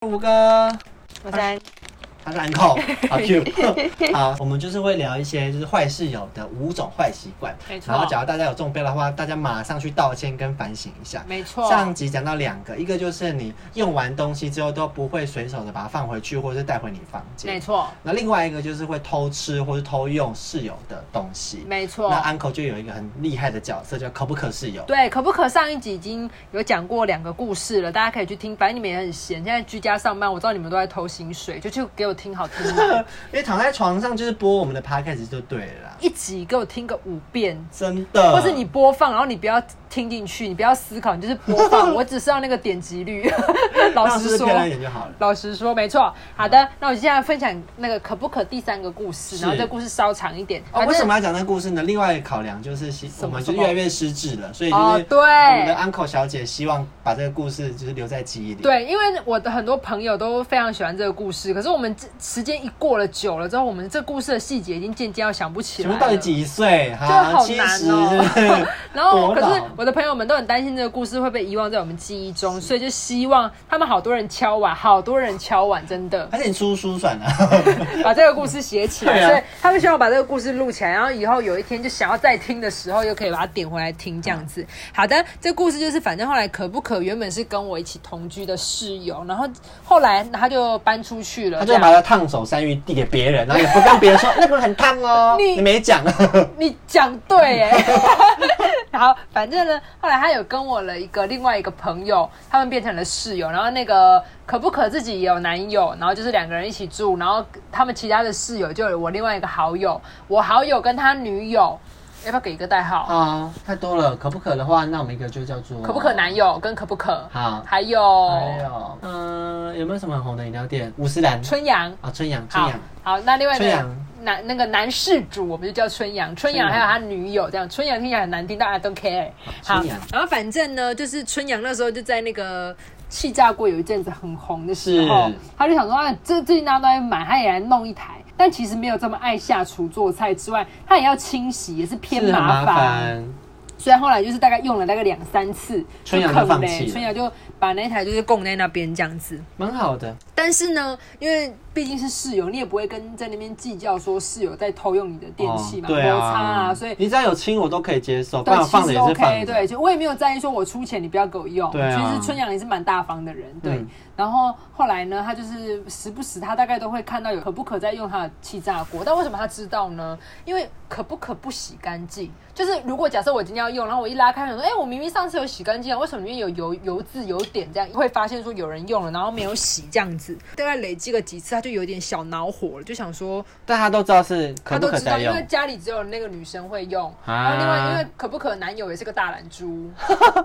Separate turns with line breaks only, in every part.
胡歌，
我在
他是 uncle，好 Q。好，我们就是会聊一些就是坏室友的五种坏习惯
没，错
然后假如大家有中标的话，大家马上去道歉跟反省一下。
没错，
上集讲到两个，一个就是你用完东西之后都不会随手的把它放回去，或是带回你房
没
间。
错，
那另外一个就是会偷吃或是偷用室友的东西。
没错。
那 uncle 就有一个很厉害的角色，叫可不可室友。
对，可不可上一集已经有讲过两个故事了，大家可以去听。反正你们也很闲，现在居家上班，我知道你们都在偷薪水，就去给我听好听 的，
因为躺在床上就是播我们的 podcast 就对了啦，
一集给我听个五遍，
真的。
或是你播放，然后你不要听进去，你不要思考，你就是播 放。我只是要那个点击率。 老
让
实
是
说
漂，亮一点就好了。
老实说，没错。好的，那我就现在分享那个可不可第三个故事，
是
然后这故事稍长一点。
哦，
反
为
正
什么要讲这个故事呢？另外一个考量就是希，
什
我
么
们就
什
越
么
来越失智了，所以就是我
哦对
们的 uncle 小姐希望把这个故事就是留在记忆里。，
对，因为我的很多朋友都非常喜欢这个故事，可是我们这时间一过了久了之后，我们这故事的细节已经渐渐要想不起
请
来
问到底
了。
几岁？
就好
七
难
十
哦
是 不是
然
多
后，可是
老
我的朋友们都很担心这个故事会被遗忘在我们记忆中，所以就希望他们好多人敲碗，好多人敲碗，真 的
而且你出书 算了，
把这个故事写起
对
来。
啊
所以他们希望我把这个故事录起来，然后以后有一天就想要再听的时候，又可以把它点回来听这样
嗯
子。好的，这故事就是反正后来可不可原本是跟我一起同居的室友，然后后来他就搬出去了，
他
这
就
样
把他烫手山芋递给别人，然后也不跟别人说那个很烫哦，
你
你没讲。
你讲对哎， 好，反正呢，后来他有跟我了一个另外一个朋友，他们变成了室友，然后那个可不可自己也有男友，然后就是两个人一起住，然后他们其他的室友就有我另外一个好友，我好友跟他女友，要不要给一个代号？
啊，太多了，可不可的话，那我们一个就叫做
可不可男友跟可不可，
好，
还有
还有，嗯，有没有什么很红的饮料店？五十兰
春阳，
啊，春阳，春
好
阳，
好，那另外那
春
个
阳
男那个男事主，我们就叫春阳，春阳
春阳
还有他女友这样，春阳听起来很难听，大家 don't care。
春
好
阳，
然后反正呢，就是春阳那时候就在那个。气炸锅有一阵子很红的时候
是，
他就想说啊，这最近大家都在买，他也来弄一台。但其实没有这么爱下厨做菜之外，他也要清洗，也是偏
是很麻
烦。
烦。
所以后来就是大概用了大概两三次，
春阳
就坑
就放
嘞
弃了
春阳就把那台就是供在那边这样子。
蛮好的，
但是呢，因为毕竟是室友，你也不会跟在那边计较说室友在偷用你的电器
哦
嘛，
对
摩擦啊，所以
你只要有亲我都可以接受，不
对
然我放
其
着
实
也是放
OK，
着。
对，就我也没有在意说我出钱你不要给我用，
对啊
其实春阳也是蛮大方的人，对。
嗯
然后后来呢，他就是时不时他大概都会看到有可不可在用他的气炸锅，但为什么他知道呢？因为可不可不洗干净，就是如果假设我今天要用，然后我一拉开，想说，哎、我明明上次有洗干净啊，为什么里面有油油渍油点这样？会发现说有人用了，然后没有洗这样子，大概累积个几次，他就有点小恼火了，就想说，
但他都知道是可
他
不
都
可
知
再
道，因
用
为。家里只有那个女生会用。
啊
然后另外，因为可不可男友也是个大懒 猪、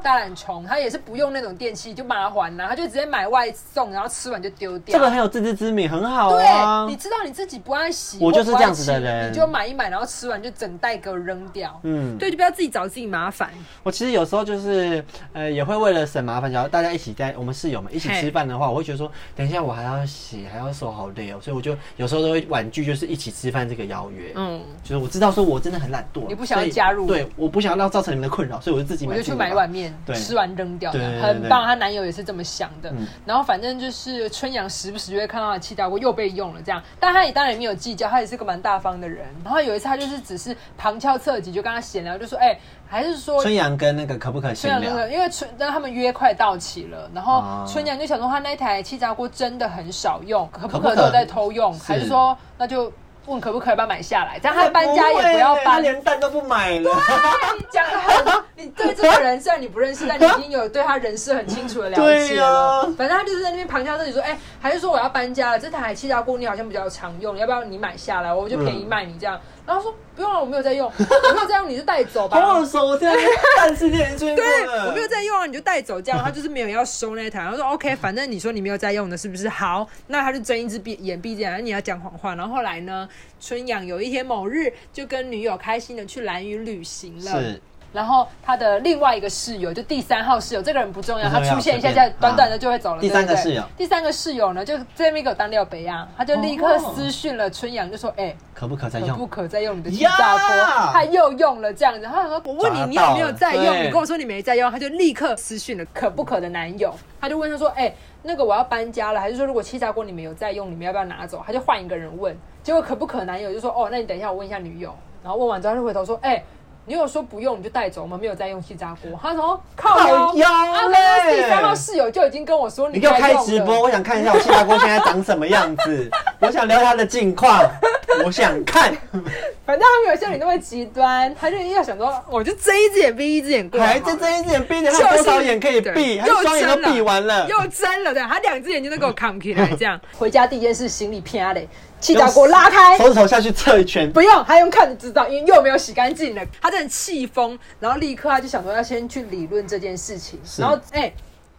大懒虫，他也是不用那种电器就麻烦啦、他就直接买外送，然后吃完就丢掉。
这个很有自知之明，很好啊
对，你。知道你自己不爱洗，
我就是
或不爱
这样子的人
清你就买一买，然后吃完就整袋给我扔掉。
嗯，
对，就不要自己找自己麻烦。
我其实有时候就是，呃，也会为了省麻烦，假如大家一起在我们室友们一起
嘿
吃饭的话，我会觉得说，等一下我还要洗，还要手，好累哦，所以我就有时候都会婉拒，就是一起吃饭这个邀约。
嗯，
就是我知道说我真的很懒惰，
你不想要
所以
加入
对，我不想要造成你们的困扰，所以我就自己
我
买
就
自己
去
的
买一碗面，
对
吃完扔掉，
对对对
很
对
棒。她男友也是这么想的。
嗯
然后反正就是春阳时不时就会看到他的气炸锅又被用了这样，但他也当然也没有计较，他也是个蛮大方的人。然后有一次他就是只是旁敲侧击就跟他闲聊，就说：“哎、还是说
春阳跟那个可不可
春
闲
阳那
聊？
个，因为春，但他们约快到期了，然后
啊
春阳就想说他那一台气炸锅真的很少用，可不
可不
可
可
都在偷用，
是
还是说那就问可不可以帮他买下来，这样他搬家也不要
会他
搬。
连蛋都不买 了。
你讲的很，你对这个人虽然你不认识，但你已经有对他人事很清楚的了解
对啊
了。反正他就是在那边旁敲侧击说，哎、还是说我要搬家了，这台气炸锅你好像比较常用，要不要你买下来，我就便宜卖你这样。然后说不用了，我没有在用，啊我没有在用，你就带走吧。
好耳熟，我现在但是店出现过
对，
了。
我没有在用啊，你就带走这样。他就是没有要收那一台，他说 OK，反正你说你没有在用的，是不是？好，那他就睁一只闭眼闭一只眼，你要讲谎话。然后后来呢，春阳有一天某日就跟女友开心的去兰屿旅行了。
是
然后他的另外一个室友，就第三号室友，这个人不重要，
不
他
重要
出现一下
随
下
便，
短短的就会走了。
啊
对
第三个
对对
室友
第三个室友呢，就这边给我当廖北亚，他就立刻
哦
私讯了春阳，就说：“哎、
可不可再
可不
用？
可再用你的气炸锅？
呀
他又用了这样子，他想说：“我问你，你有没有在
抓到了
用？
对
你跟我说你没在用。”他就立刻私讯了可不可的男友，他就问他说：“哎、那个我要搬家了，还是说如果气炸锅你们有在用，你们要不要拿走？他就换一个人问，结果可不可男友就说哦，那你等一下我问一下女友，然后问完之后他就回头说，哎、女友说不用，你就带走，我们没有在用气炸锅。他说哦靠
好
腰，啊
腰
他
嘞
第三号室友就已经跟我说
你给我
在
开
用
直
了
播，我想看一下我气炸锅现在长什么样 子，我想聊它的近况，我想看，
反正他们有些人那么极端，他就要想说，哦我就睁一只眼闭一只眼过来好
还
了，
真睁一只眼闭着，还有多少眼可以闭？还
啊就是对
双眼都闭完了，
又睁了，对，他两只眼睛都给我扛 起来，这样。回家第一件事，行李啪嘞，气炸锅拉开，
手指头下去测一圈，
不用，他用看的知道，因为又没有洗干净了，他真的气疯，然后立刻他就想说要先去理论这件事情，
是
然后哎。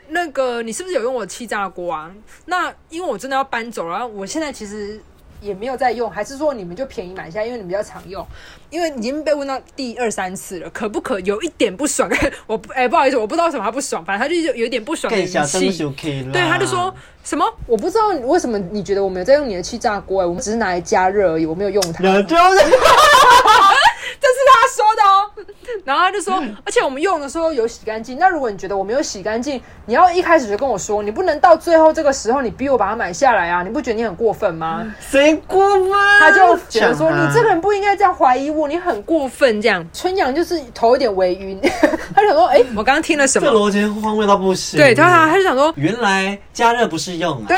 那个，你是不是有用我气炸锅啊？那因为我真的要搬走了，然后我现在其实也没有在用，还是说你们就便宜买一下，因为你们比较常用。因为已经被问到第二三次了，可不可有一点不爽？ 我不哎、不好意思，我不知道为什么他不爽，反正他就是有一点不爽的
更
语
小声
气
就。可以了。
对，他就说什么我不知道为什么你觉得我没有在用你的气炸锅、哎，我们只是拿来加热而已，我没有用它。
有就是
这是他说的哦。然后他就说，
嗯
而且我们用的时候有洗干净。那如果你觉得我没有洗干净，你要一开始就跟我说，你不能到最后这个时候你逼我把它买下来啊！你不觉得你很过分吗？
嗯谁过分？
他就觉得说
抢啊
你这个人不应该这样怀疑我，你很过分这样。春阳就是头有点微晕，他就想说，哎、我刚刚听了什
这
么？
逻辑荒谬到不行。
对，他他就想说，
原来加热不是用啊。
对，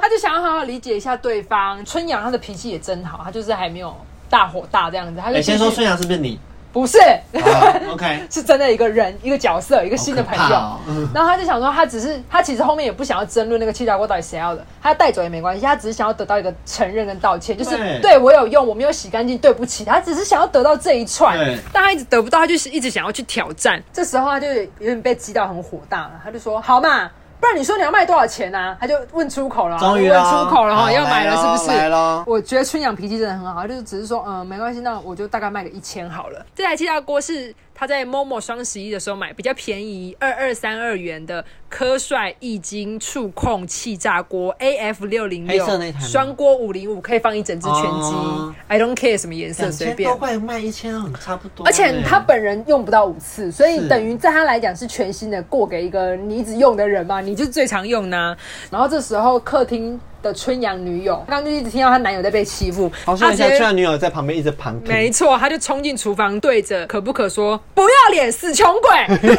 他就想要好好理解一下对方。春阳他的脾气也真好，他就是还没有大火大这样子，他就
哎，
继
先
续、
说孙杨是不是你？
不是。
啊 OK，
是真的一个人、一个角色、一个新的朋
好可
友。
怕哦嗯
然后他就想说，他只是他其实后面也不想要争论那个气炸锅到底谁要的，他带走也没关系，他只是想要得到一个承认跟道歉，就是
对
对我有用，我没有洗干净，对不起。他只是想要得到这一串
对，
但他一直得不到，他就是一直想要去挑战。这时候他就有点被激到很火大了，他就说：“好嘛。”不然你说你要卖多少钱啊？他就问出口了，
终于
问
了，
出口了
好
哈，要买了
来
是
咯
不是？
来喽，
我觉得春阳脾气真的很好，他就是只是说，嗯，没关系，那我就大概卖个一千好了。这台气炸锅是他在 Momo 双十一的时候买，比较便宜，二二三二元的科帅易经触控气炸锅 AF 六零
黑
六
色那台吗，
双锅五零五可以放一整只全鸡、
哦
i don't care 什么颜色，
两
随
千
便
多。块卖一千二，差不多。
而且他本人用不到五次，所以
嗯是
等于在他来讲是全新的，过给一个你一直用的人嘛，你就是最常用呢、然后这时候客厅的春阳女友，刚刚就一直听到她男友在被欺负，
好像
她直
一下，
接
虽然女友在旁边一直旁听，
没错，他就冲进厨房，对着可不可说“不要脸，死穷 鬼”，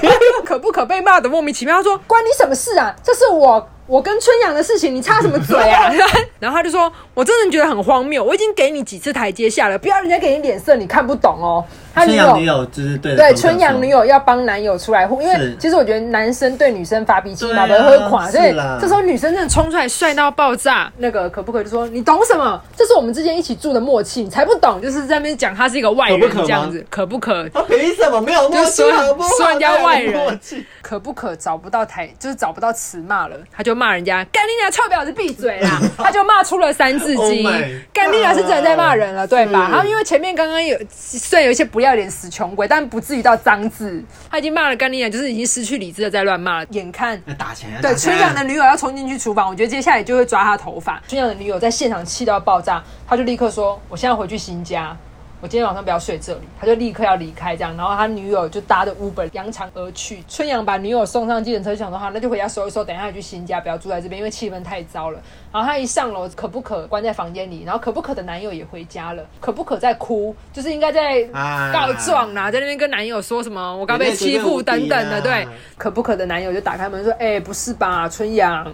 可不可被骂的莫名其妙。他说：“关你什么事啊？这是我我跟春阳的事情，你插什么嘴 啊？”然后他就说：“我真的觉得很荒谬，我已经给你几次台阶下了，不要人家给你脸色，你看不懂哦。”他
春阳女友就是对着
对
方向
春阳女
说，
友要帮男友出来护，因为
是
其实我觉得男生对女生发脾气嘛，
对
都
啊
会垮，所以
是啦
这时候女生真的冲出来帅到爆炸。那个可不可以就说你懂什么？这是我们之间一起住的默契，你才不懂，就是在那边讲他是一个外人
可不可吗
这样子，可不可？
他凭什么没有默
就
契？
说
好不好
说人家外人
没有默契
可不可找不到台，就是找不到词骂了，他就骂人家干你俩臭婊子闭嘴啦， 他就骂出了三字经
Oh my，
干你俩是真的在骂人了，啊对吧？
是
然后因为前面刚刚有虽然有一些不要脸死穷鬼，但不至于到脏字，他已经骂了干你俩，就是已经失去理智的在乱骂了，眼看
那打起来，
对，
打起来
春阳的女友要冲进去厨房，我觉得接下来就会抓她头发。春阳的女友在现场气到爆炸，她就立刻说：“我现在回去新家，我今天晚上不要睡这里。”她就立刻要离开，这样，然后她女友就搭着 Uber 扬长而去。春阳把女友送上计程车，就想说：“好，那就回家收一收，等一下去新家，不要住在这边，因为气氛太糟了。”然后她一上楼，可不可关在房间里，然后可不可的男友也回家了，可不可在哭，就是应该在
啊
告状啦，在那边跟男友说什么我刚被欺负
啊
等等的，对。可不可的男友就打开门说：“哎、不是吧，春阳，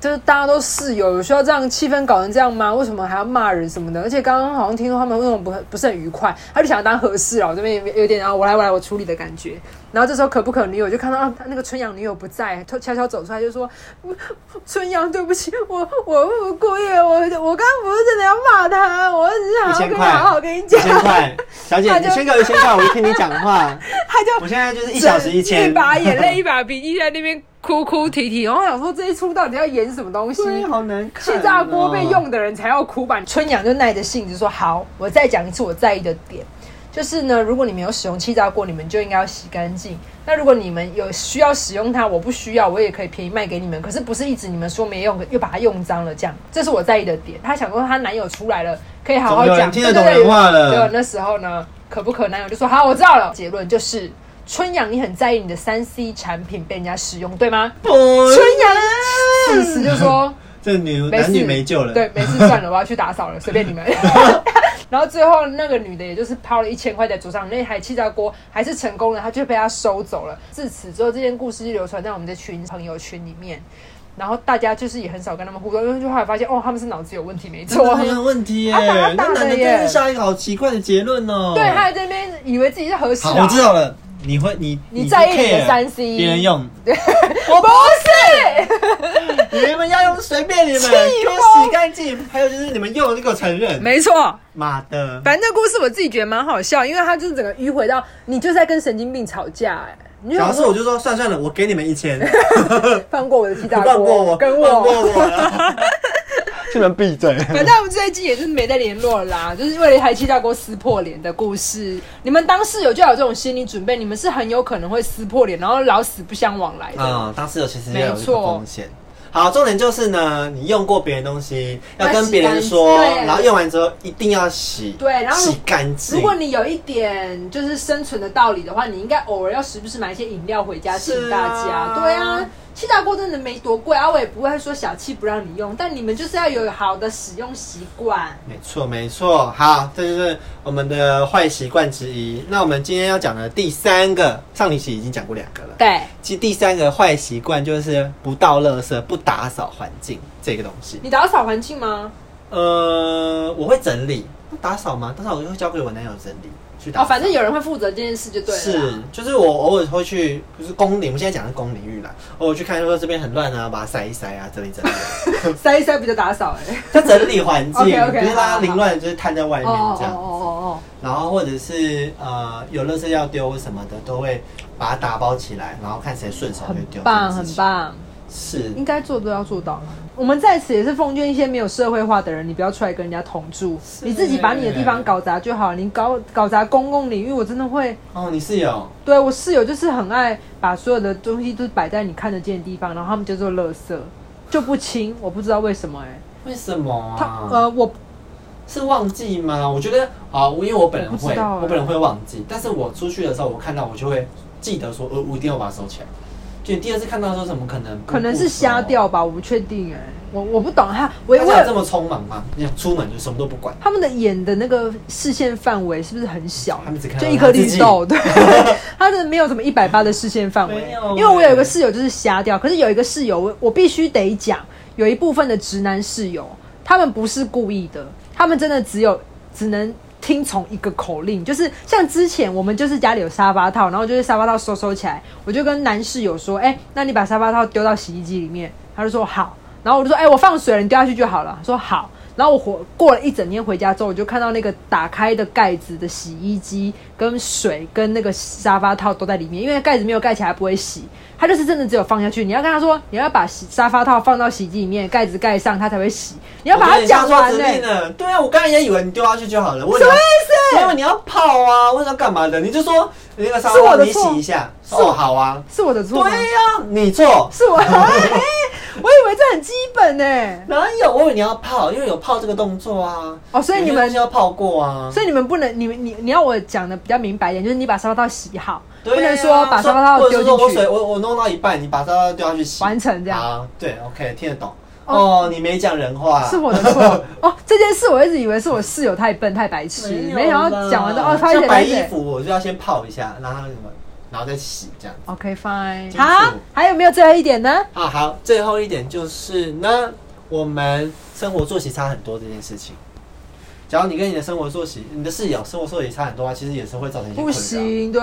就是大家都室友，有需要这样气氛搞成这样吗？为什么还要骂人什么的？而且刚刚好像听说他们那种不不是很愉快，他就想当和事佬，这边有有点啊，我来我来我处理的感觉。然后这时候可不可女友就看到啊，他那个春阳女友不在，偷悄悄走出来就说：嗯春阳，对不起，我 我我故意，我我刚刚不是真的要骂他，我只是
一
想要
千
跟你
块，
好好跟你
一千
讲。”
块，小姐，
他就
你先给我一千块，我就听你讲话。
他就
我现在就是一小时一千，
一把眼泪一把鼻涕在那边哭哭啼啼，然后想说这一出到底要演什么东西？
对，好难
气
看。
炸锅被，用的人才要哭吧？春阳就耐着性子说：“好，我再讲一次我在意的点，就是呢，如果你们有使用气炸锅，你们就应该要洗干净。那如果你们有需要使用它，我不需要，我也可以便宜卖给你们。可是不是一直你们说没用，又把它用脏了这样？这是我在意的点。她想说她男友出来了，可以好好
总有
讲，
人听得懂
对对对
人话了
结果那时候呢，可不可男友就说：好，我知道了。结论就是。”春阳，你很在意你的三 C 产品被人家使用，对吗？
春
春阳事实就说。
这女
没事
男女没救了。
对，没事，算了，我要去打扫了，随便 你们。 然后最后那个女的也就是抛了一千块在桌上，那台气炸锅还是成功了，她就被他收走了。自此之后，这件故事就流传在我们的群朋友圈里面，然后大家就是也很少跟他们互动，因为就后来发现哦，他们是脑子有问题，没
真的
错。
很有问题耶！
啊打
那
打
男
的
的
耶
真是下一个好奇怪的结论哦。
对，他还在那边以为自己是合适
好，
的，
我知道了。你会你
你
不
在意你的
care
三 C
别人用，
我不 是。
你们要用随便你们，给我洗干净。还有就是你们用了就给我承认，
没错，
妈的！
反正这故事我自己觉得蛮好笑，因为他就是整个迂回到你就是在跟神经病吵架、哎，你就
然
想
后是
说
我就说算算了，我给你们一 千，
放过我的气炸
放
锅，
过我，
跟
放过我 了。 你们闭嘴！
反正我们这一季也就是没再联络了啦，就是为了一台气炸锅撕破脸的故事。你们当室友就要有这种心理准备，你们是很有可能会撕破脸，然后老死不相往来的。
啊、当时有其实也有
没
这个
错
风险。好，重点就是呢，你用过别人东西，要
要
跟
洗
别人
干净
说，
对
然后用完之后一定要洗，
对然后
洗干净。
如果你有一点就是生存的道理的话，你应该偶尔要时不时买一些饮料回家请
是
大
啊
家。对啊，气炸锅真的没多贵啊，我也不会说小气不让你用，但你们就是要有好的使用习惯。
没错，没错。好，这就是我们的坏习惯之一。那我们今天要讲的第三个，上一期已经讲过两个了。
对，
其实第三个坏习惯就是不倒垃圾、不打扫环境这个东西。
你打扫环境吗？
呃，我会整理，不打扫吗？打扫我就会交给我男友整理去打
哦，
扫。
反正有人会负责这件事就对了啦。
是，就是我偶尔会去，就是公领，我们现在讲的公领域啦，偶尔去看说这边很乱啊，把它塞一塞啊，整理 整理，
塞一塞不就打扫哎、
就整理环境，
OK，OK，
不是让
好
它
好
凌乱，就是摊在外面
哦
这
哦
样。
哦
然后或者是呃有垃圾要丢或什么的，都会把它打包起来，然后看谁顺手
哦，
就
很
丢。
棒很。棒，
是，
应该做都要做到。我们在此也是奉劝一些没有社会化的人，你不要出来跟人家同住，你自己把你的地方搞砸就好。你搞搞砸公共领域，我真的会。
哦，你是有，
对我室友就是很爱把所有的东西都摆在你看得见的地方，然后他们就做垃圾，就不清，我不知道为什么哎、
为什么
他
啊？
呃我
是忘记吗？我觉得啊，我因为我本人
我不
会，
知道欸
我本人会忘记，但是我出去的时候，我看到我就会记得说，呃，我一定要把它收起来。就你第二次看到的时候，怎么可能不？
可能是瞎掉吧，我不确定哎、我我不懂哈，
不
我
收。大
我
家有这
有
么匆忙吗？你想出门就什么都不管，
他们的眼的那个视线范围是不是很小
他们只看？到
就一颗绿豆，对， 他的没有什么一百八的视线范围
没有。欸
因为我有一个室友就是瞎掉，可是有一个室友，我我必须得讲，有一部分的直男室友，他们不是故意的，他们真的只有只能。听从一个口令，就是像之前我们就是家里有沙发套，然后就是沙发套收收起来，我就跟男室友说，哎、那你把沙发套丢到洗衣机里面，他就说好，然后我就说，哎、我放水了，你丢下去就好了，他说好，然后我回过了一整天回家之后，我就看到那个打开的盖子的洗衣机跟水跟那个沙发套都在里面，因为盖子没有盖起来不会洗，它就是真的只有放下去。你要跟他说，你要把洗沙发套放到洗衣机里面，盖子盖上它才会洗。你要把它讲完
呢、
呢、
对啊，我刚才也以为你丢下去就好了。什么
意思
因为你要泡啊，为什么要干嘛的？你就说你那个沙
是
发
我的
你
错
洗一下，
是
哦，好啊。
是我的错吗
对？呀、你错，
是我、哎我以为这很基本呢、
哪有？我以为你要泡，因为有泡这个动作啊。
哦所以你们
有些东西要泡过啊。
所以你们不能，你们你你要我讲的比较明白一点，就是你把沙发套洗好，
对啊
不能说把沙发套
或者
丢
是说
进
我
去
水我我弄到一半，你把沙发丢下去洗，
完成这样。
啊，对，OK，听得懂。
哦
哦，你没讲人话，
是我的 错哦，这件事我一直以为是我室友太笨太白痴，没想到讲完之后哦，
他
他写
白
白
衣
写。
服，我就要先泡一下，然后什么，然后再洗这样。
OK
清
fine，
楚
好，还有没有最后一点呢？
啊，好，最后一点就是呢，我们生活作息差很多这件事情。假如你跟你的生活作息，你的室友生活作息差很多啊，其实也是会造成一些
不
困扰。
行，对，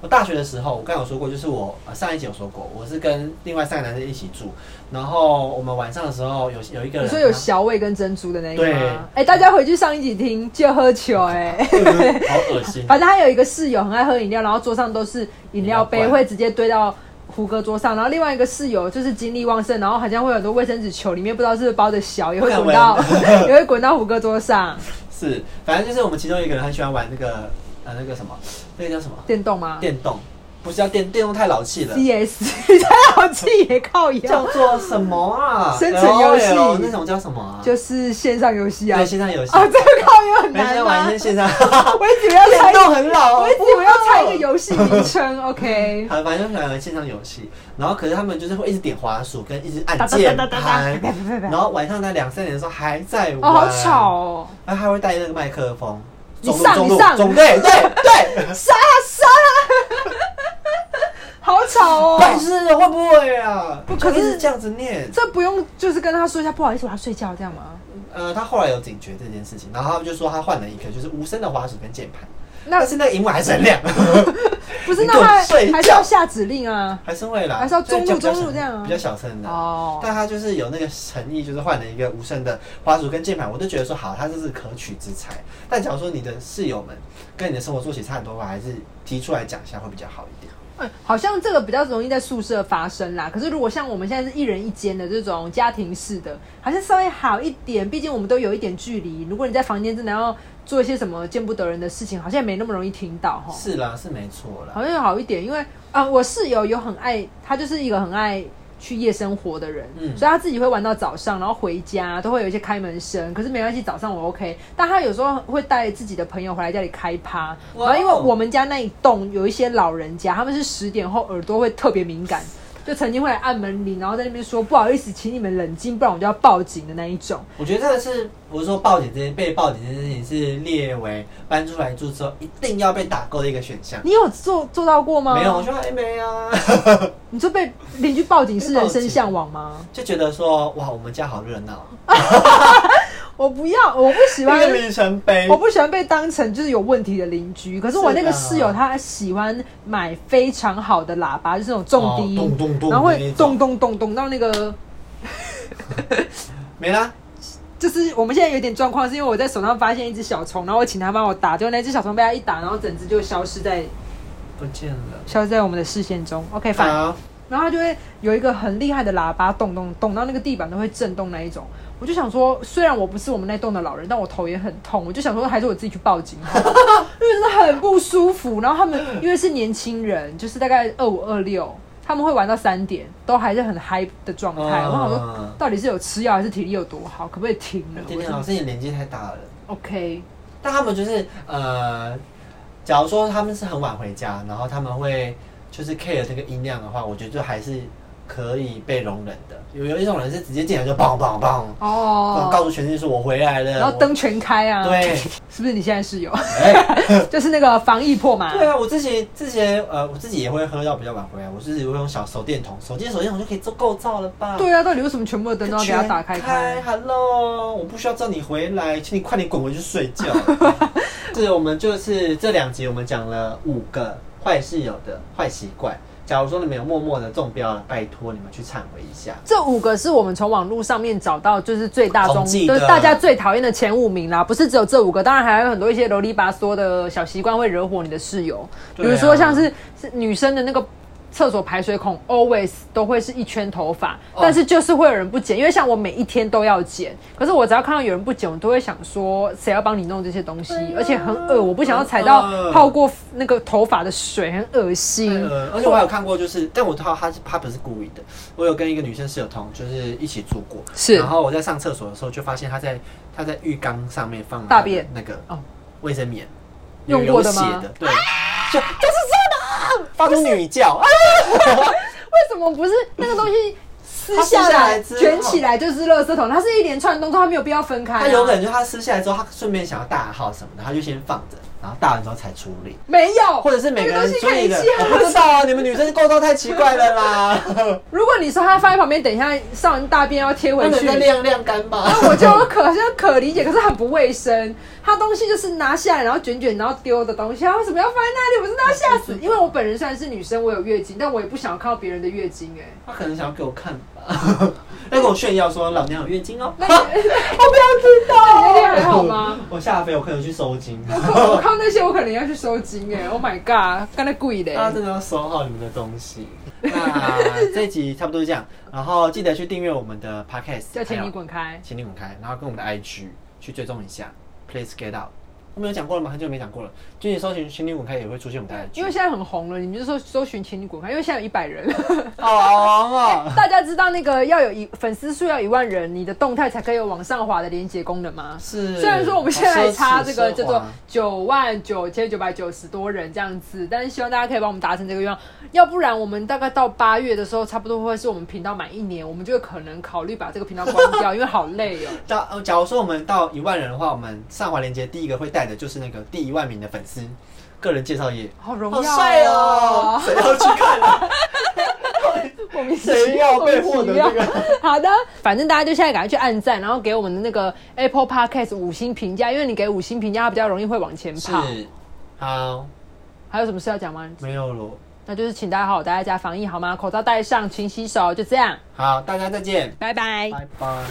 我大学的时候，我刚刚有说过，就是我、呃、上一集有说过，我是跟另外三个男生一起住，然后我们晚上的时候有有一个人，
你说有 小魏跟珍珠的那一个
对
吗？哎、大家回去上一集听就喝酒、哎。
他好恶 心，
反正他有一个室友很爱喝饮料，然后桌上都是饮料
饮
杯，
料罐
会直接堆到胡歌桌上。然后另外一个室友就是精力旺盛，然后好像会有很多卫生纸球，里面不知道是不是包着小，也会滚到 也会滚到胡歌桌上。
是，反正就是我们其中一个人很喜欢玩那个呃那个什么，那个叫什么
电动吗？
电动，不是叫电电动太老气了，
CS，他 好气也靠
叫
腰，
做什么啊？
生存游戏
LOL 那种叫什么啊？
就是线上游戏啊
对，。线上游戏。
啊，这个靠腰很
每天
难
玩一
吗
些？线上，
我一直要猜
电，动很老，哦
我一直要猜一个游戏名称。OK，
好，反正就喜欢玩线上游戏，然后可是他们就是会一直点滑鼠跟一直按
哒哒
键
哒哒哒
盘
哒哒哒哒，哒
然后晚上在两三点的时候还在玩，
哦，好吵，哦！
然后还会带那个麦克风，
你
中路
上
中
你
路
上
总队对 对，
杀杀，好吵哦！
办事会不会啊？
不
就
可是
一直这样子念，
这不用就是跟他说一下，不好意思，我要睡觉这样吗？
呃，他后来有警觉这件事情，然后他们就说他换了一个就是无声的滑鼠跟键盘，
那嗯
但是那个荧幕还是很亮，
不是
你
那
给我
他
睡
还是
觉
要下指令啊？
还是会啦，
还是要中路
就比较小
中路这样啊
比较小声的
哦
但他就是有那个诚意，就是换了一个无声的花鼠跟键盘，我都觉得说好，他这是可取之才。但假如说你的室友们跟你的生活作息差很多的话，还是提出来讲一下会比较好一点。
嗯，好像这个比较容易在宿舍发生啦。可是如果像我们现在是一人一间的这种家庭式的，好像稍微好一点，毕竟我们都有一点距离。如果你在房间真的要做一些什么见不得人的事情，好像也没那么容易听到哈。
是啦，是没错啦。
好像有好一点，因为啊、我室友有很爱，他就是一个很爱去夜生活的人，
嗯
所以他自己会玩到早上，然后回家都会有一些开门声。可是没关系，早上我 OK。但他有时候会带自己的朋友回来家里开趴，然
哇哦
后因为我们家那一栋有一些老人家，他们是十点后耳朵会特别敏感。就曾经会来按门铃，然后在那边说不好意思，请你们冷静，不然我就要报警的那一种。
我觉得这个是，我是说报警这件被报警这件事情是列为搬出来住之后一定要被打勾的一个选项。
你有做做到过吗？
没有，我，说还没啊，
你就被邻居报警是
被报
人生
警
向往吗？
就觉得说哇，我们家好热闹，
我不要，我不喜
一
欢
个里程碑
我。不喜欢被当成就是有问题的邻居，可是我那个
是啊
室友他喜欢买非常好的喇叭，就是那种重低
哦咚
音，
咚咚
然后
的
会
那种
咚咚咚咚到那个，
没啦，
就是我们现在有点状况，是因为我在手上发现一只小虫，然后我请他帮我打，结果那只小虫被他一打，然后整只就消失在
不见了。
消失在我们的视线中。OK，反
好，
然后它就会有一个很厉害的喇叭咚咚咚，到那个地板都会震动那一种。我就想说，虽然我不是我们那栋的老人，但我头也很痛。我就想说，还是我自己去报警好了，因为真的很不舒服。然后他们因为是年轻人，就是大概二五二六，他们会玩到三点，都还是很嗨的状态。
嗯
我想说，到底是有吃药还是体力有多好，可不可以停了？
天天
我
老
就
师你年纪太大了。
OK，
但他们就是呃，假如说他们是很晚回家，然后他们会就是 care 这个音量的话，我觉得就还是可以被容忍的。有有一种人是直接进来就砰砰砰，
哦，
告诉全世界说我回来了，
然后
我
灯全开啊，
对，
是不是你现在室友？
哎
就是那个防疫破嘛，
对啊，我自己自己呃，我自己也会喝到比较晚回来，我自己会用小手电筒，手机手电筒就可以做构造了吧？
对啊，到底为什么全部的灯
全
都要给它打开开
开？，Hello，我不需要叫你回来，请你快点滚回去睡 觉。是我们就是这两集我们讲了五个坏室友的坏习惯。假如说你们有默默的中标了，拜托你们去忏悔一下。
这五个是我们从网络上面找到，就是最大宗，
统计
就
的
是大家最讨厌的前五名啦。不是只有这五个，当然还有很多一些啰里吧嗦的小习惯会惹火你的室友，比
对啊
如说像是是女生的那个。厕所排水孔 always 都会是一圈头发，
哦
但是就是会有人不剪，因为像我每一天都要剪，可是我只要看到有人不剪，我都会想说谁要帮你弄这些东西，而且很恶，我不想要踩到
啊很恶
泡过那个头发的水，很恶心。
呃，而且我还有看过，就是，但我知道他是他不是故意的。我有跟一个女生室友同，就是一起住过，
是
然后我在上厕所的时候，就发现她在她在浴缸上面放了
大便
她的那个
哦
卫生棉，
用
有
过
流
的
血
吗啊
的，对，就就是真的，发出女叫，啊
为什么不是那个东西撕
它
下
撕下来
来、
之后
卷起来就是垃圾桶？它是一连串的动作，它没有必要分开、啊。
他有可能就他撕下来之后，他顺便想要大号什么的，他就先放着，然后大完之后才处理，哦
没有，
或者是每个人
那
注
东
意
西
的
看起，
我
来
不知道啊，你们女生构造太奇怪了 啦，
如果你说它放在旁边，等一下上完大便要贴
那
回
能
去
再。晾晾干吧。
那我就可就可理解，可是很不卫生。它东西就是拿下来，然后卷卷，然后丢的东西，它为什么要放在那里？我真的要吓 死！因为我本人虽然是女生，我有月经，但我也不想要看到别人的月经、 哎，
他可能想要给我看吧，要跟我炫耀说老娘有月经哦。
那你我不要知道， 你那天还好吗？
我下飞，我可能去收金。
我靠，我靠那些我可能要去收精、哎，Oh my god，刚才贵欸嘞。
大家真的要收好你们的东西。那这一集差不多是这样，然后记得去订阅我们的 podcast，
叫请
还
你
有
滚开。
请你滚开，然后跟我们的 IG 去追踪一下。Please get out。我们有讲过了吗？很久没讲过了。就你搜寻“情侣滚开”也会出现我们的 IG，
因为现在很红了，你们就说搜寻请你滚开，因为现在有一百人，
好红哦。
大家知道那个要有一粉丝数要一万人，你的动态才可以有往上滑的连接功能吗？
是，哦
虽然说我们现在还差这个叫
叫
做
做
九万九千九百九十多人这样子，但是希望大家可以帮我们达成这个愿望，要不然我们大概到八月的时候，差不多会是我们频道满一年，我们就会可能考虑把这个频道关掉，因为好累哦。
到，呃假如说我们到一万人的话，我们上滑链接第一个会带的就是那个第一万名的粉丝个人介绍页，
好荣
好
耀、
帅哦，！谁要去看啊？
莫名其
谁
妙
要被获得这个？
好的，反正大家就现在赶快去按赞，然后给我们的那个 Apple Podcast 五星评价，因为你给五星评价，它比较容易会往前跑。
是，好，
还有什么事要讲吗？
没有了。
那就是请大家好好待在家防疫好吗？口罩戴上，勤洗手，就这样，
好，大家再见，
拜拜
拜拜。